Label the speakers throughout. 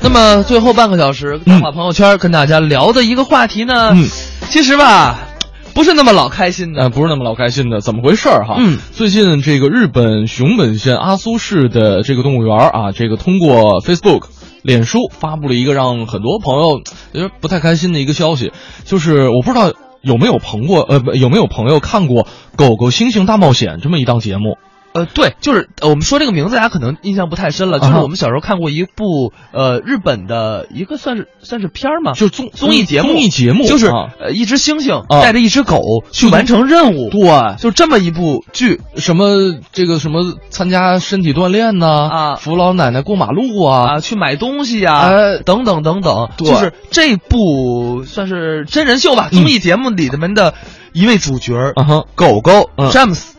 Speaker 1: 那么最后半个小时，大话朋友圈跟大家聊的一个话题呢，
Speaker 2: 嗯
Speaker 1: 其实吧，不是那么老开心的。
Speaker 2: 呃，不是那么老开心的，怎么回事儿哈？
Speaker 1: 嗯，
Speaker 2: 最近这个日本熊本县阿苏市的这个动物园儿啊，这个通过 Facebook、脸书发布了一个让很多朋友有点不太开心的一个消息，就是我不知道有没有朋过呃不有没有朋友看过《狗狗猩猩大冒险》这么一档节目？
Speaker 1: 呃，对，就是、呃我们说这个名字，大家可能印象不太深了。就
Speaker 2: 啊
Speaker 1: 是
Speaker 2: 哈
Speaker 1: 我们小时候看过一部呃日本的一个算是算是片儿嘛，
Speaker 2: 就是综
Speaker 1: 综艺节目，
Speaker 2: 综艺节目
Speaker 1: 就是、
Speaker 2: 啊
Speaker 1: 呃一只猩猩
Speaker 2: 啊
Speaker 1: 带着一只狗去
Speaker 2: 去
Speaker 1: 完成任务，
Speaker 2: 对
Speaker 1: 就这么一部剧。
Speaker 2: 什么这个什么参加身体锻炼呐
Speaker 1: 啊
Speaker 2: 扶老奶奶过马路啊，
Speaker 1: 啊，去买东西呀、
Speaker 2: 哎
Speaker 1: 等等等等，
Speaker 2: 对嗯
Speaker 1: 就是这部算是真人秀吧，综艺节目里面的一位主角儿、
Speaker 2: 啊哈，
Speaker 1: 狗狗、
Speaker 2: 嗯
Speaker 1: 詹姆斯，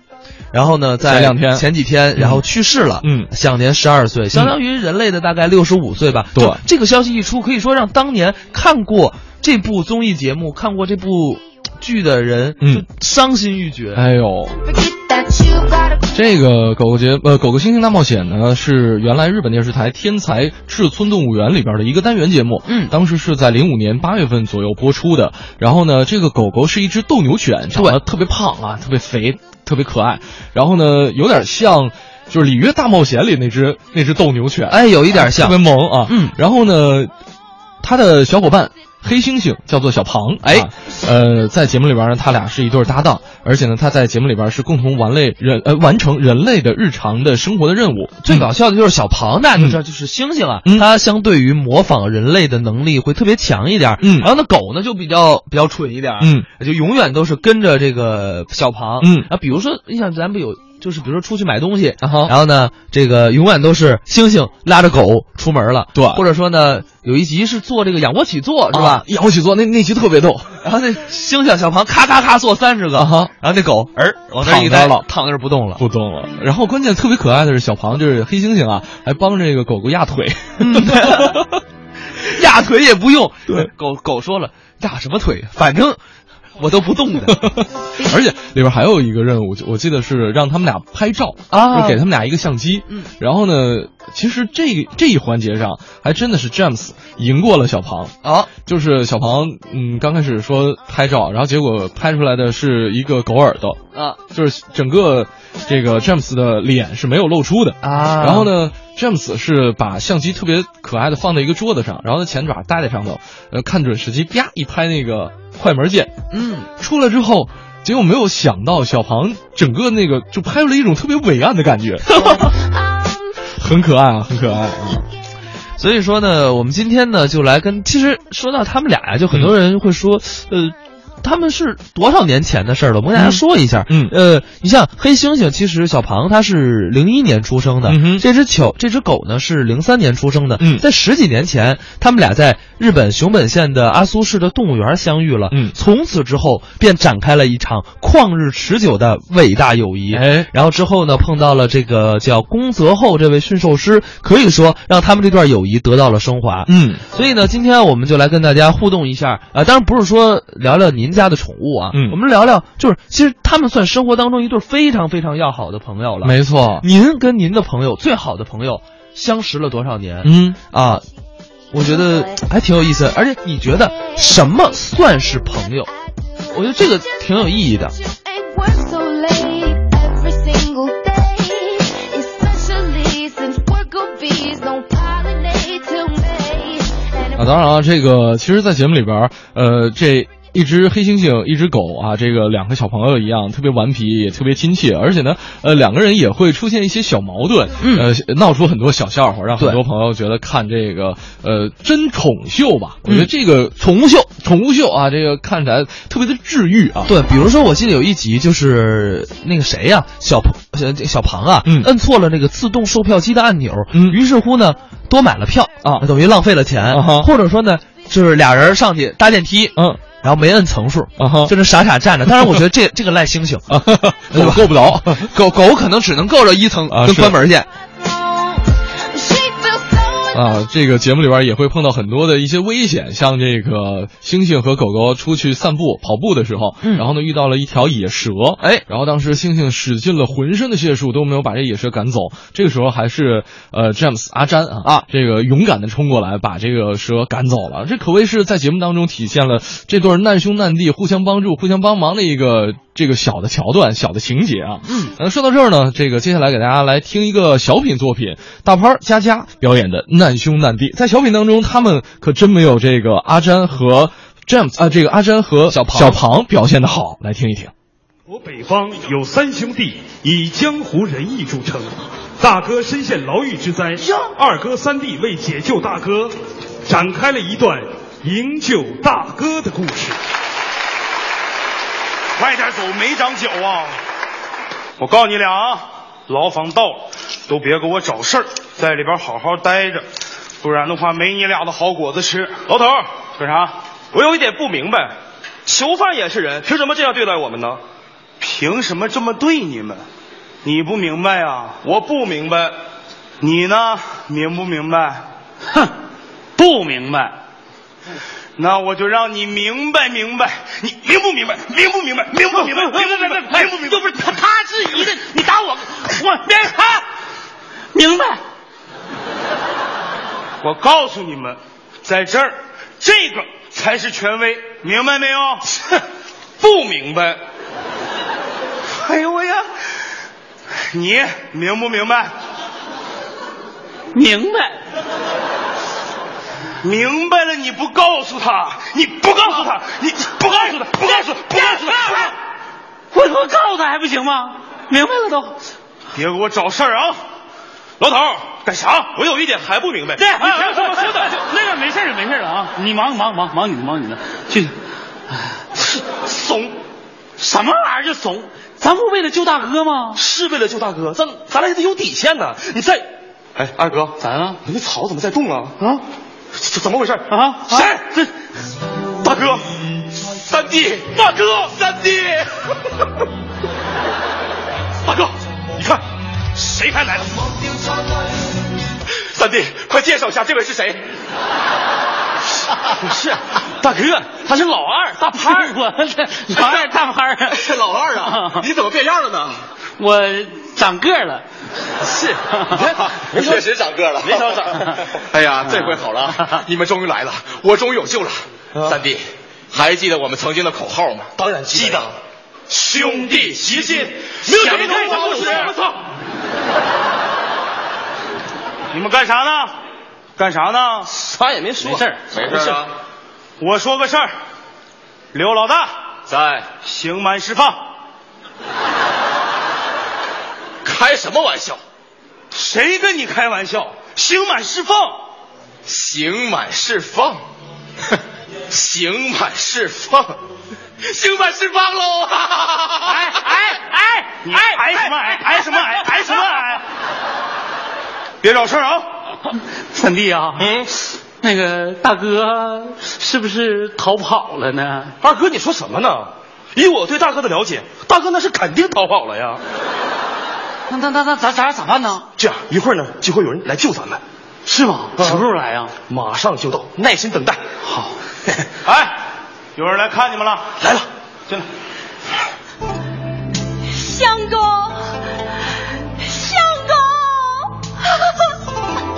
Speaker 1: 然后呢，在
Speaker 2: 前两天
Speaker 1: 前几天，然后去世了，
Speaker 2: 嗯
Speaker 1: 享年十二岁，相当于人类的大概六十五岁吧。
Speaker 2: 对
Speaker 1: 就这个消息一出，可以说让当年看过这部综艺节目、看过这部剧的人，
Speaker 2: 嗯
Speaker 1: 就伤心欲绝。
Speaker 2: 哎呦。
Speaker 3: Forget that you got a
Speaker 2: 这个狗狗节呃狗狗星星大冒险呢，是原来日本电视台《天才至尊动物园》里边的一个单元节目。
Speaker 1: 嗯
Speaker 2: 当时是在零五年八月份左右播出的。然后呢，这个狗狗是一只斗牛犬，长得特别胖啊，特别肥，特别可爱。然后呢，有点像就是《里约大冒险》里那只那只斗牛犬，
Speaker 1: 哎，有一点
Speaker 2: 特
Speaker 1: 像
Speaker 2: 别，萌啊。
Speaker 1: 嗯
Speaker 2: 然后呢，他的小伙伴黑猩猩叫做小庞，
Speaker 1: 哎
Speaker 2: 啊呃，在节目里边呢，他俩是一对搭档，而且呢，他在节目里边是共同完类人呃完成人类的日常的生活的任务。
Speaker 1: 最搞笑的就是小庞，大家就知道，就是猩猩啊，
Speaker 2: 嗯
Speaker 1: 它相对于模仿人类的能力会特别强一点儿。
Speaker 2: 嗯
Speaker 1: 然后呢，狗呢就比较比较蠢一点儿，
Speaker 2: 嗯
Speaker 1: 就永远都是跟着这个小庞。
Speaker 2: 嗯
Speaker 1: 啊，比如说，你想咱们有就是比如说出去买东西，
Speaker 2: 啊哈，
Speaker 1: 然后呢，这个永远都是猩猩拉着狗出门了。
Speaker 2: 对
Speaker 1: 或者说呢，有一集是做这个仰卧起坐，是吧
Speaker 2: 啊？仰卧起坐那那集特别逗，
Speaker 1: 然后那猩猩小庞咔咔咔做三十个，
Speaker 2: 啊哈
Speaker 1: 然后那狗儿往那儿一
Speaker 2: 躺那
Speaker 1: 呆
Speaker 2: 儿了
Speaker 1: 躺那儿不动 了。
Speaker 2: 不懂了。然后关键特别可爱的是小庞，就是黑猩猩啊，还帮这个狗狗压 腿。
Speaker 1: 压腿也不用。
Speaker 2: 对，
Speaker 1: 狗狗说了，压什么腿？反正我都不 动的。
Speaker 2: 而且里边还有一个任务，就我记得是让他们俩拍照
Speaker 1: 啊
Speaker 2: 就给他们俩一个相机。
Speaker 1: 嗯，
Speaker 2: 然后呢，其实这这一环节上还真的是詹姆斯赢过了小庞。
Speaker 1: 啊，
Speaker 2: 就是小庞，嗯，刚开始说拍照，然后结果拍出来的是一个狗耳朵，
Speaker 1: 啊
Speaker 2: 就是整个这个詹姆斯的脸是没有露出的。
Speaker 1: 啊
Speaker 2: 然后？呢，詹姆斯是把相机特别可爱的放在一个桌子上，然后他前爪搭在上头，呃，看准时机，啪一拍那个快门键，
Speaker 1: 嗯，
Speaker 2: 出来之后，结果没有想到小庞整个那个就拍出来一种特别伟岸的 感觉，很可爱啊，很可爱啊。
Speaker 1: 所以说呢，我们今天呢就来跟，其实说到他们俩呀，就很多人会说，
Speaker 2: 嗯
Speaker 1: 呃。他们是多少年前的事儿了？我跟大家说一下，
Speaker 2: 嗯
Speaker 1: 呃，你像黑猩猩，其实小庞他是零一年出生的，
Speaker 2: 嗯哼
Speaker 1: 这只球这只狗呢是零三年出生的，
Speaker 2: 嗯
Speaker 1: 在十几年前，他们俩在日本熊本县的阿苏市的动物园相遇了，
Speaker 2: 嗯
Speaker 1: 从此之后便展开了一场旷日持久的伟大友谊，
Speaker 2: 哎，
Speaker 1: 然后之后呢，碰到了这个叫宫泽厚这位驯兽师，可以说让他们这段友谊得到了升华。
Speaker 2: 嗯，
Speaker 1: 所以呢，今天我们就来跟大家互动一下啊、当然不是说聊聊您家的宠物啊，
Speaker 2: 嗯
Speaker 1: 我们聊聊就是其实他们算生活当中一对非常非常要好的朋友了。
Speaker 2: 没错，
Speaker 1: 您跟您的朋友最好的朋友相识了多少年、
Speaker 2: 嗯，
Speaker 1: 啊？我觉得还挺有意思的，而且你觉得什么算是朋友？我觉得这个挺有意义的。
Speaker 3: ain't work so late every single day. Especially since worker bees don't pollinate till May. And
Speaker 2: 啊，当然啊，这个其实，在节目里边儿，呃，这一只黑猩猩，一只狗啊，这个两个小朋友一样，特别顽皮，也特别亲切，而且呢，呃，两个人也会出现一些小矛盾，
Speaker 1: 嗯
Speaker 2: 呃，闹出很多小笑话，让
Speaker 1: 对
Speaker 2: 很多朋友觉得看这个呃真宠秀吧，我觉得
Speaker 1: 嗯
Speaker 2: 这个宠物秀，宠物秀啊，这个看起来特别的治愈啊，
Speaker 1: 对，比如说我记得有一集就是那个谁呀、小庞呃这小庞啊，
Speaker 2: 嗯
Speaker 1: 摁错了那个自动售票机的按钮，
Speaker 2: 嗯
Speaker 1: 于是乎呢多买了票
Speaker 2: 啊
Speaker 1: 等于浪费了钱，
Speaker 2: 啊哈
Speaker 1: 或者说呢就是俩人上去搭电梯，
Speaker 2: 嗯
Speaker 1: 然后没摁层数，
Speaker 2: 啊哈，
Speaker 1: 就那傻傻站着。当然，我觉得 这这个赖猩猩，
Speaker 2: 啊哈哈
Speaker 1: 对吧
Speaker 2: 我够不 着，
Speaker 1: 狗狗可能只能够着一层
Speaker 2: 啊
Speaker 1: 跟
Speaker 2: 是
Speaker 1: 关门键。
Speaker 3: She feels so
Speaker 2: 啊，这个节目里边也会碰到很多的一些危险，像这个星星和狗狗出去散步、跑步的时候，
Speaker 1: 嗯
Speaker 2: 然后呢遇到了一条野蛇，
Speaker 1: 哎，
Speaker 2: 然后当时星星使尽了浑身的解数都没有把这野蛇赶走，这个时候还是呃詹姆斯阿詹啊
Speaker 1: 啊
Speaker 2: 这个勇敢的冲过来把这个蛇赶走了，这可谓是在节目当中体现了这对难兄难弟互相帮助、互相帮忙的一个这个小的桥段、小的情节啊。
Speaker 1: 嗯，
Speaker 2: 呃，说到这儿呢，这个接下来给大家来听一个小品作品，大潘儿佳佳表演的《难兄难弟》。在小品当中，他们可真没有这个阿詹和詹姆斯啊，这个阿詹和
Speaker 1: 小庞
Speaker 2: 小庞表现的好，来听一听。
Speaker 4: 我北方有三兄弟，以江湖仁义著称。大哥身陷牢狱之灾，二哥、三弟为解救大哥，展开了一段营救大哥的故事。
Speaker 5: 快点走，没长脚啊！我告诉你俩啊，牢房到了，都别给我找事儿，在里边好好待着，不然的话没你俩的好果子吃。老头儿，干啥？我有一点不明白，囚犯也是人，凭什么这样对待我们呢？凭什么这么对你们？你不明白啊？我不明白。你呢？明不明白？哼，不明白。那我就让你明白明白，你明不明白？明不明白？明不明白？明不明白？明不明白？
Speaker 6: 就不是他，他质疑的，你打我，我别他，明白？
Speaker 5: 我告诉你们，在这儿，这个才是权威，明白没有？不明白。哎呦喂呀，你明不明白？
Speaker 6: 明白？
Speaker 5: 明白了，你不告诉他，你不告诉他，你不告诉他，不告诉他，不告诉他。
Speaker 6: 我我告诉他还不行吗？明白了都。
Speaker 5: 别给我找事儿啊！老头儿，干啥？我有一点还不明白。
Speaker 6: 对，
Speaker 5: 你听什么说的？
Speaker 6: 那个没事儿没事儿了啊，你忙忙忙忙你的忙你的，去去。
Speaker 5: 怂，
Speaker 6: 什么玩意儿就怂？咱不为了救大哥吗？
Speaker 5: 是为了救大哥，咱咱俩得有底线呐。你再，哎，二哥，
Speaker 6: 咋了？
Speaker 5: 你那草怎么在动啊？
Speaker 6: 啊
Speaker 5: 怎怎么回事
Speaker 6: 啊啊！
Speaker 5: 谁？大哥，三弟，大哥，三弟， 大哥，你看，谁还来了？三弟，快介绍一下这位是谁？不是，大哥，他是老二，大
Speaker 6: 潘儿， 我这老二大潘儿，
Speaker 5: 是老二啊！你怎么变样了呢？
Speaker 6: 我长个儿了。
Speaker 5: 是，
Speaker 6: 你看
Speaker 5: 确实长个了，
Speaker 6: 没少长
Speaker 5: 哎呀，这回好了，你们终于来了，我终于有救了。三弟，还记得我们曾经的口号吗？啊当然记得，兄弟齐心，
Speaker 6: 想
Speaker 5: 谁
Speaker 6: 干什么
Speaker 5: 都
Speaker 6: 事
Speaker 5: 我操！ 你们干啥呢？干啥呢？啥也没说，没事没事啊。我说个事儿，刘老大在刑满释放。开什么玩笑？谁跟你开玩笑？刑满释放，刑满释放， 刑满释放，刑满释放喽！哎
Speaker 6: 哎哎
Speaker 5: 你
Speaker 6: 哎
Speaker 5: 挨什么挨？挨什么挨？挨什么挨？别找事儿啊！
Speaker 6: 三弟啊，
Speaker 5: 嗯，
Speaker 6: 那个大哥是不是逃跑了呢？
Speaker 5: 二哥，你说什么呢？以我对大哥的了解，大哥那是肯定逃跑了呀。
Speaker 6: 那那那那咱咱俩咋办呢？嗯
Speaker 5: 这样，一会儿呢就会有人来救咱们，
Speaker 6: 是吗？什么时候来啊呀、
Speaker 5: 马上就到，耐心等待。好， 哎，有人来看你们了，来了，进来。
Speaker 3: 相公，相公，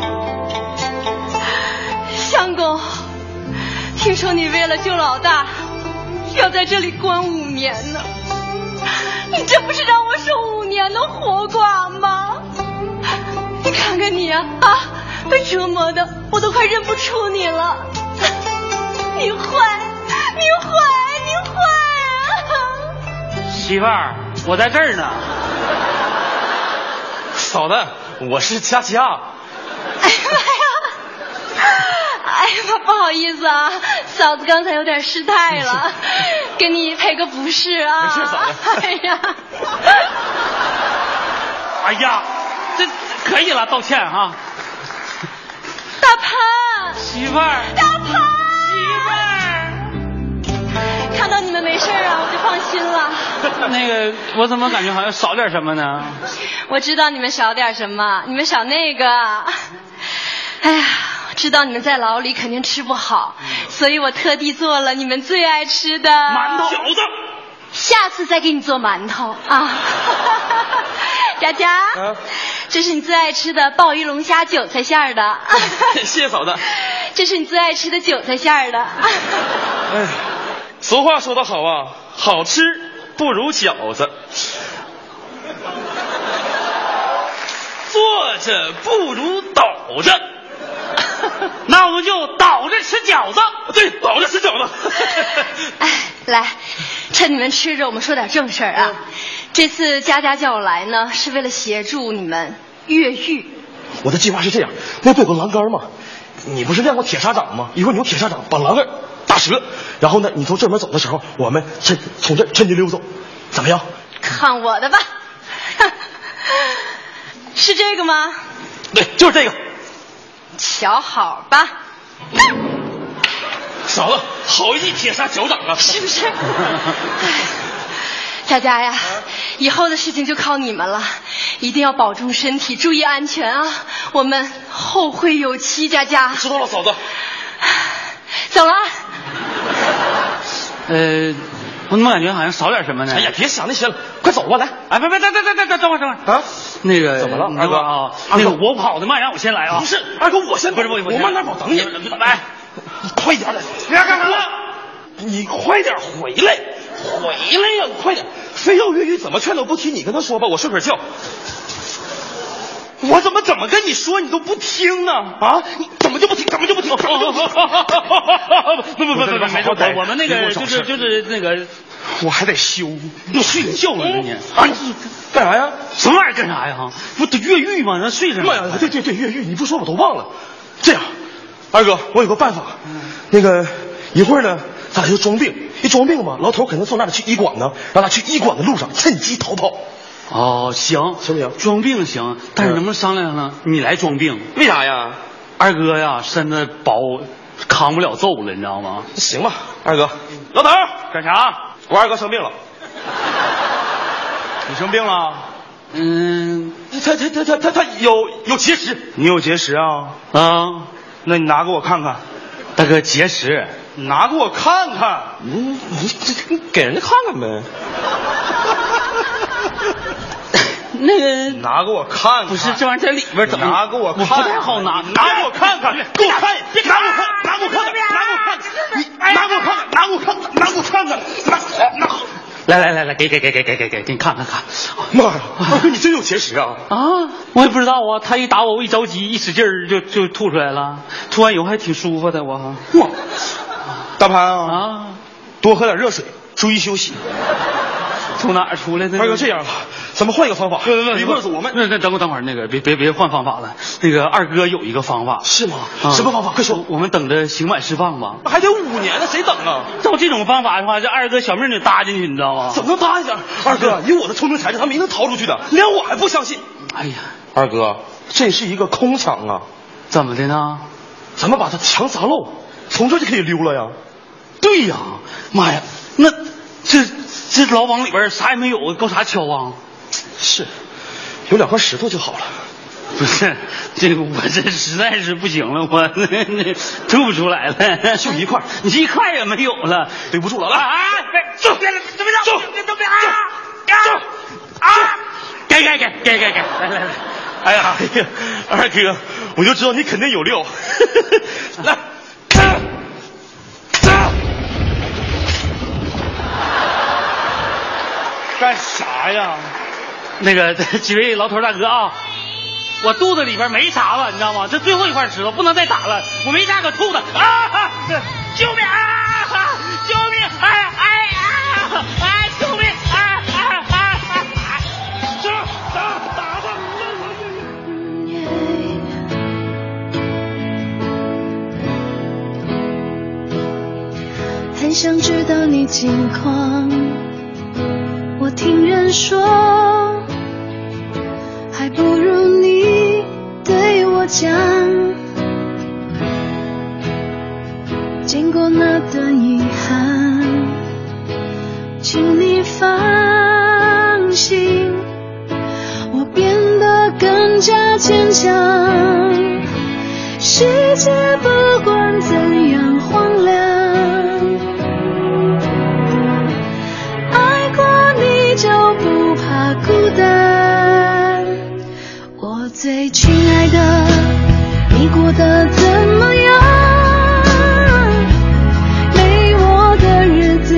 Speaker 3: 相公，听说你为了救老大，要在这里关五年呢，你这不是让我受五年的活寡吗？你看看你啊啊，被折磨的我都快认不出你了，你坏，你坏，你坏啊！
Speaker 6: 媳妇儿，我在这儿呢。
Speaker 5: 嫂子，我是佳啊佳。
Speaker 3: 哎呀妈呀！哎呀妈，不好意思啊，嫂子刚才有点失态了，给你赔个不是啊。
Speaker 5: 没事嫂子
Speaker 3: 哎呀，
Speaker 5: 哎呀，
Speaker 6: 这可以了，道歉啊，
Speaker 3: 大潘，
Speaker 6: 媳妇儿。
Speaker 3: 大潘，看到你们没事儿啊，我就放心了。
Speaker 6: 那个，我怎么感觉好像少点什么呢？
Speaker 3: 我知道你们少点什么，你们少那个。啊哎呀，知道你们在牢里肯定吃不好，所以我特地做了你们最爱吃的
Speaker 6: 馒头、
Speaker 7: 饺子，
Speaker 3: 下次再给你做馒头啊。 佳佳，
Speaker 7: 啊
Speaker 3: 这是你最爱吃的鲍鱼龙虾韭菜馅儿的，
Speaker 6: 谢谢嫂子。
Speaker 3: 这是你最爱吃的韭菜馅儿的。
Speaker 7: 哎，俗话说得好啊，好吃不如饺子，
Speaker 6: 坐着不如倒着， 那我们就倒着吃饺子。对，倒着吃饺 子。
Speaker 3: 哎，来，趁你们吃着，我们说点正事儿啊。这次佳佳叫我来呢，是为了协助你们越狱。
Speaker 5: 我的计划是这样：那不有个栏杆吗？你不是练过铁砂掌吗？一会儿你用铁砂掌把栏杆打折，然后呢，你从正门走的时候，我们趁从这趁机溜走，怎么样？
Speaker 3: 看我的吧， 是这个吗？
Speaker 5: 对，就是这个。
Speaker 3: 瞧好吧，
Speaker 6: 嫂子，好一记铁砂脚掌啊！
Speaker 3: 是不是？哎佳佳呀，以后的事情就靠你们了，一定要保重身体，注意安全啊！我们后会有期，佳佳。
Speaker 6: 知道了，嫂子。
Speaker 3: 走了啊。
Speaker 6: 呃，我怎么感觉好像少点什么呢？
Speaker 5: 哎呀，别想那些了，快走吧，来
Speaker 6: 哎，别别，等等等等等等会儿，等会儿
Speaker 5: 啊！
Speaker 6: 那个
Speaker 5: 怎么了
Speaker 6: 你等会儿啊，
Speaker 5: 二
Speaker 6: 那
Speaker 5: 哥
Speaker 6: 个我跑的慢，让我先来啊。
Speaker 5: 不是，二哥，我先
Speaker 6: 不是不是，
Speaker 5: 我慢点跑，等你。
Speaker 6: 来，
Speaker 5: 你快一点来，
Speaker 6: 别干啥了？
Speaker 5: 你快点回来，回来呀，你快点！非要越狱，怎么劝都不听，你跟他说吧，我睡会儿觉。我怎么怎么跟你说，你都不听呢？啊，你怎么就不听？怎么就不听？怎么就不听？
Speaker 6: 不不不不，没事，我我们那个就是就是那个，
Speaker 5: 我还得修，
Speaker 6: 你睡觉了呢你
Speaker 5: 啊，你干啥呀？
Speaker 6: 什么玩意儿干啥呀？哈，不得越狱吗？那睡什么
Speaker 5: 妈？呀， 对对对，越狱，你不说我都忘了。这样，二哥，我有个办法，那个一会儿呢，咱俩就装病，一装病嘛，老头肯定送咱俩去医馆呢，让咱俩去医馆的路上趁机逃跑。
Speaker 6: 哦，行，
Speaker 5: 行不行嗯
Speaker 6: 装病行，但是能不能商量呢？你来装病，
Speaker 5: 为啥呀？
Speaker 6: 二哥呀，身子薄，扛不了揍了，你知道吗？
Speaker 5: 行吧，二哥，老头儿，
Speaker 6: 干啥？
Speaker 5: 我二哥生病了，
Speaker 7: 你生病了？
Speaker 6: 嗯
Speaker 5: 他他他他他他有有结石，
Speaker 7: 你有结石啊？
Speaker 6: 啊，
Speaker 7: 那你拿给我看看，
Speaker 6: 大哥结石，
Speaker 7: 拿给我看看。
Speaker 5: 你你这给人家看看呗。
Speaker 6: 那个
Speaker 7: 拿给我看看，
Speaker 6: 不是这玩意儿在里边怎么
Speaker 7: 拿给我看看
Speaker 6: 不太好拿，
Speaker 7: 拿给我看看，给我看，别拿给我看，拿给我看看，拿给我看看，你拿给我看看，拿给我看看，拿给我看看，拿拿。
Speaker 6: 来来来来，给给给给给给给，给你看看看
Speaker 5: 妈呀，二哥你真有结石啊！
Speaker 6: 啊！我也不知道啊，他一打我，我一着急，一使劲儿就就吐出来了，吐完以后还挺舒服的，我
Speaker 5: 哇，大潘啊，
Speaker 6: 啊，
Speaker 5: 多喝点热水，注意休息。
Speaker 6: 从哪儿出来的？
Speaker 5: 二哥哎这样吧，啊咱们换一个方法，
Speaker 6: 不不不，
Speaker 5: 一会儿我们
Speaker 6: 那那等会儿等会儿，那个别别别换方法了，那个二哥有一个方法，
Speaker 5: 是吗
Speaker 6: 啊？
Speaker 5: 什么方法？快说。
Speaker 6: 我们等着刑满释放吧。
Speaker 5: 还得五年呢，谁等啊？
Speaker 6: 照这种方法的话，这二哥小命得搭进去，你知道吗？
Speaker 5: 怎么能答应下？二哥，以我的聪明才智，他们一定逃出去的，连我还不相信。
Speaker 6: 哎呀，
Speaker 5: 二哥，这是一个空墙啊，
Speaker 6: 怎么的呢？
Speaker 5: 咱们把它墙砸漏，从这就可以溜了呀。
Speaker 6: 对呀、妈呀，那这这牢房里边啥也没有，够啥敲啊？
Speaker 5: 是，有两块石头就好了。
Speaker 6: 不是，这个我这实在是不行了，我那那吐不出来了，
Speaker 5: 就一块儿，
Speaker 6: 你一块儿也没有了，
Speaker 5: 对不住了，
Speaker 6: 啊
Speaker 5: 来，
Speaker 6: 啊！别走，别别别走，别别啊啊啊！给给给给给给，来来来，
Speaker 5: 哎呀，哎呀二哥，我就知道你肯定有料。 来，看，看，
Speaker 7: 干啥呀？
Speaker 6: 那个几位老头儿大哥啊。我肚子里边没啥了，你知道吗？这最后一块石头不能再打了，我没啥可吐的啊！救命啊！救命！哎哎啊！哎！救命！哎哎哎哎！走走，打吧！
Speaker 8: 很想知道你近况。我听人说，还不如你对我讲。经过那段遗憾，请你放心，我变得更加坚强。世界不管怎样荒凉，爱过你就不怕孤单。我最亲爱的，你过得怎么样？没我的日子，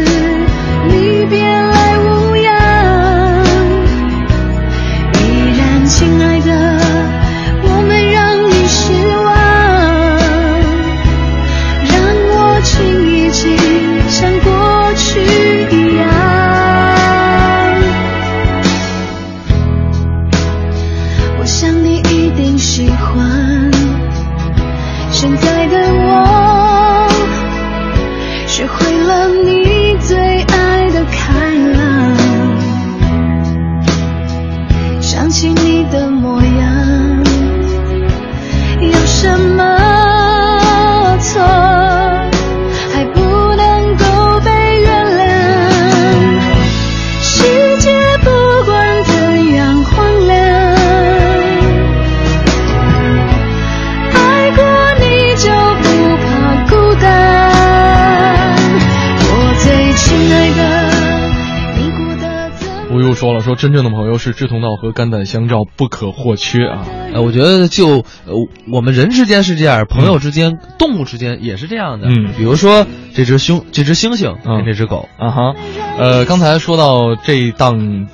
Speaker 8: 你别来无恙。依然，亲爱的，我没让你失望，让我亲一亲，像过去一样。我想你一定喜欢现在的我，学会了你最爱的开朗。想起你的模样，有什么错还不能够被原谅？世界不管怎样荒凉，爱过你就不怕孤单。我最亲爱的，你过得怎么样？
Speaker 2: 我又说了，说真正的朋友是志同道合、肝胆相照、不可或缺啊。
Speaker 1: 呃，我觉得就呃，我们人之间是这样，朋友之间、动物之间也是这样的。
Speaker 2: 嗯
Speaker 1: 比如说这只猩，这只猩猩跟
Speaker 2: 嗯
Speaker 1: 这只狗，
Speaker 2: 啊哈，呃，刚才说到这档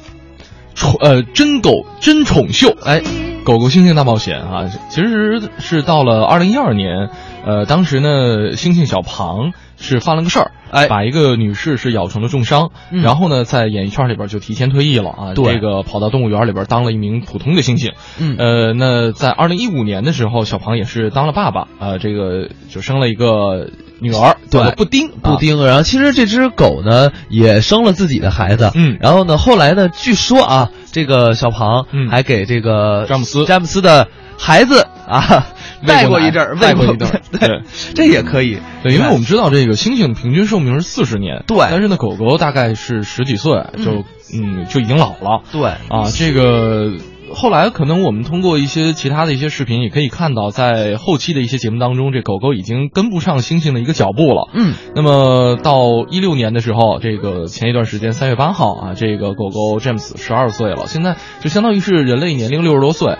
Speaker 2: 宠呃真狗真宠秀，哎，狗狗星星大冒险啊，其实是到了二零一二年，呃，当时呢，猩猩小庞是犯了个事儿，
Speaker 1: 哎
Speaker 2: 把一个女士是咬成了重伤，
Speaker 1: 嗯
Speaker 2: 然后呢，在演艺圈里边就提前退役了啊，
Speaker 1: 对
Speaker 2: 这个跑到动物园里边当了一名普通的猩猩，
Speaker 1: 嗯
Speaker 2: 呃，那在二零一五年的时候，小庞也是当了爸爸，呃，这个就生了一个女儿，
Speaker 1: 对
Speaker 2: 叫做布丁，
Speaker 1: 布
Speaker 2: 啊，
Speaker 1: 丁。然后其实这只狗呢也生了自己的孩子，
Speaker 2: 嗯
Speaker 1: 然后呢后来呢，据说啊，这个小庞
Speaker 2: 嗯
Speaker 1: 还给这个
Speaker 2: 詹姆斯
Speaker 1: 詹姆斯的孩子啊带
Speaker 2: 喂过
Speaker 1: 过
Speaker 2: 奶
Speaker 1: 一阵儿，
Speaker 2: 带
Speaker 1: 喂
Speaker 2: 过一阵儿
Speaker 1: 对
Speaker 2: 对，
Speaker 1: 这也可以。
Speaker 2: 对，因为我们知道这个猩猩平均寿命是四十年，
Speaker 1: 对
Speaker 2: 但是呢，狗狗大概是十几岁就嗯就已经老了
Speaker 1: 对，
Speaker 2: 啊。这个后来可能我们通过一些其他的一些视频也可以看到，在后期的一些节目当中，这狗狗已经跟不上猩猩的一个脚步了。
Speaker 1: 嗯，
Speaker 2: 那么到一六年的时候，这个前一段时间三月八号啊，这个狗狗詹姆斯十二岁了，现在就相当于是人类年龄六十多岁，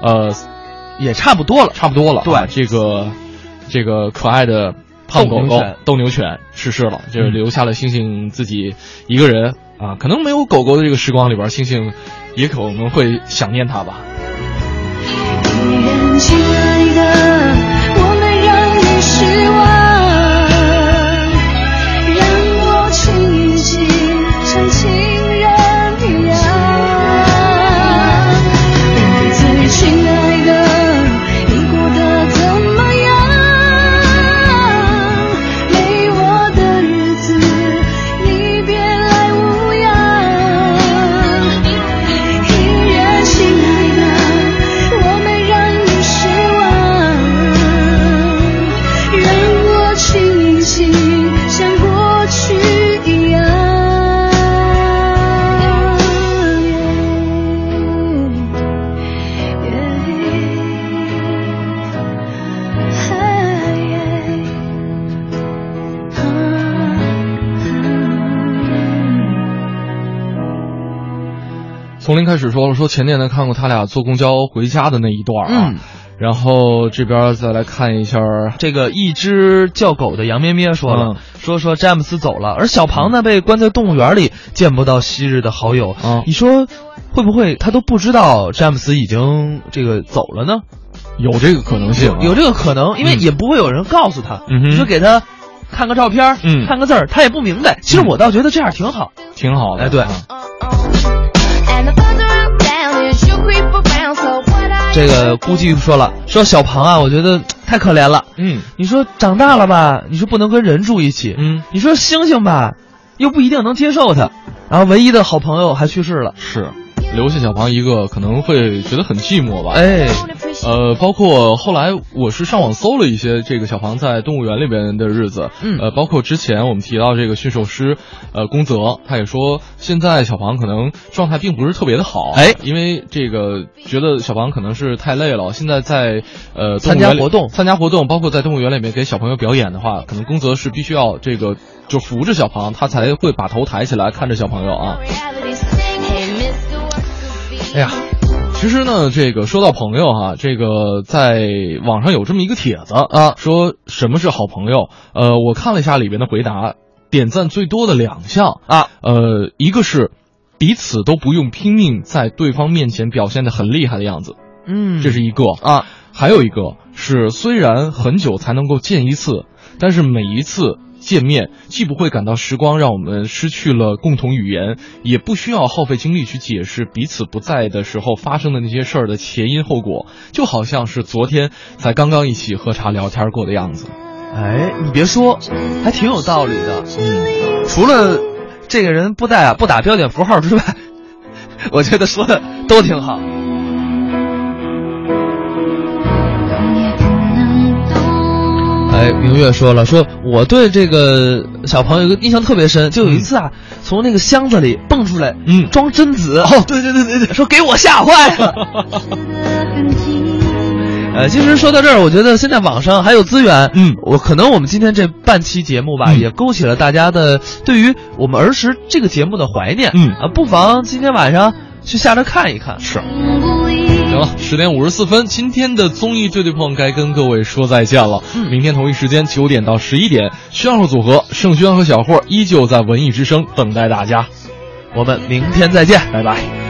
Speaker 2: 呃，也差不多了，差不多了。啊这个这个可爱的胖狗
Speaker 1: 斗牛
Speaker 2: 狗
Speaker 1: 犬
Speaker 2: 斗牛犬逝世了，就是
Speaker 1: 嗯
Speaker 2: 留下了猩猩自己一个人啊，可能没有狗狗的这个时光里边，猩猩也可能会想念它吧。
Speaker 8: 依然，亲爱的，我没让你失望，让我亲一亲，像亲人一样。我最亲爱的，你过得怎么样？没我的日子，你别来无恙。依然，亲爱的，我没让你失望，让我亲一亲，像过去一样。
Speaker 2: 从零开始说了，说前年呢看过他俩坐公交回家的那一段啊，
Speaker 1: 嗯
Speaker 2: 然后这边再来看一下
Speaker 1: 这个一只叫狗的羊咩咩说了，
Speaker 2: 嗯
Speaker 1: 说说詹姆斯走了，而小庞呢被关在动物园里，见不到昔日的好友。
Speaker 2: 嗯
Speaker 1: 你说会不会他都不知道詹姆斯已经这个走了呢？
Speaker 2: 有这个可能性、啊，
Speaker 1: 有这个可能，因为也不会有人告诉他。
Speaker 2: 嗯哼
Speaker 1: 你说给他看个照片儿，
Speaker 2: 嗯
Speaker 1: 看个字儿，他也不明白。其实我倒觉得这样挺好。
Speaker 2: 挺好的。
Speaker 1: 哎对
Speaker 2: 啊
Speaker 9: And the further I'm down, it should creep around. So what I
Speaker 1: 这个估计说了，说小庞啊，我觉得太可怜了。
Speaker 2: 嗯
Speaker 1: 你说长大了吧，你说不能跟人住一起，
Speaker 2: 嗯，
Speaker 1: 你说星星吧，又不一定能接受他，然后唯一的好朋友还去世了，
Speaker 2: 是。
Speaker 9: you
Speaker 2: 留下小庞一个，可能会觉得很寂寞吧。
Speaker 1: 哎，
Speaker 2: 呃，包括后来我是上网搜了一些这个小庞在动物园里边的日子，
Speaker 1: 嗯
Speaker 2: 呃，包括之前我们提到这个驯兽师，呃，宫泽，他也说现在小庞可能状态并不是特别的好，
Speaker 1: 哎
Speaker 2: 因为这个觉得小庞可能是太累了，现在在呃
Speaker 1: 参加
Speaker 2: 动物园里
Speaker 1: 活动
Speaker 2: 参加活动，包括在动物园里面给小朋友表演的话，可能宫泽是必须要这个就扶着小庞，他才会把头抬起来看着小朋友啊。
Speaker 1: 哎呀，
Speaker 2: 其实呢，这个说到朋友哈、这个在网上有这么一个帖子啊，说什么是好朋友？呃，我看了一下里边的回答，点赞最多的两项
Speaker 1: 啊，
Speaker 2: 呃，一个是彼此都不用拼命在对方面前表现的很厉害的样子，
Speaker 1: 嗯
Speaker 2: 这是一个
Speaker 1: 啊，
Speaker 2: 还有一个是虽然很久才能够见一次，但是每一次。见面既不会感到时光让我们失去了共同语言，也不需要耗费精力去解释彼此不在的时候发生的那些事儿的前因后果，就好像是昨天才刚刚一起喝茶聊天过的样子。
Speaker 1: 哎，你别说，还挺有道理的。嗯，除了这个人不带啊不打标点符号之外， 我觉得说的都挺好。哎，明月说了，说我对这个小朋友有个印象特别深，就有一次啊，从那个箱子里蹦出来，
Speaker 2: 嗯
Speaker 1: 装贞子。哦，对对对对对，说给我吓坏了。呃，其实说到这儿，我觉得现在网上还有资源，
Speaker 2: 嗯
Speaker 1: 我可能我们今天这半期节目吧，
Speaker 2: 嗯
Speaker 1: 也勾起了大家的对于我们儿时这个节目的怀念，
Speaker 2: 嗯
Speaker 1: 啊，不妨今天晚上去下着看一看，是，
Speaker 2: 行了，十点五十四分，今天的综艺对对碰该跟各位说再见了。
Speaker 1: 嗯
Speaker 2: 明天同一时间九点到十一点，宣浩组合盛轩和小霍依旧在文艺之声等待大家。
Speaker 1: 我们明天再见，拜拜。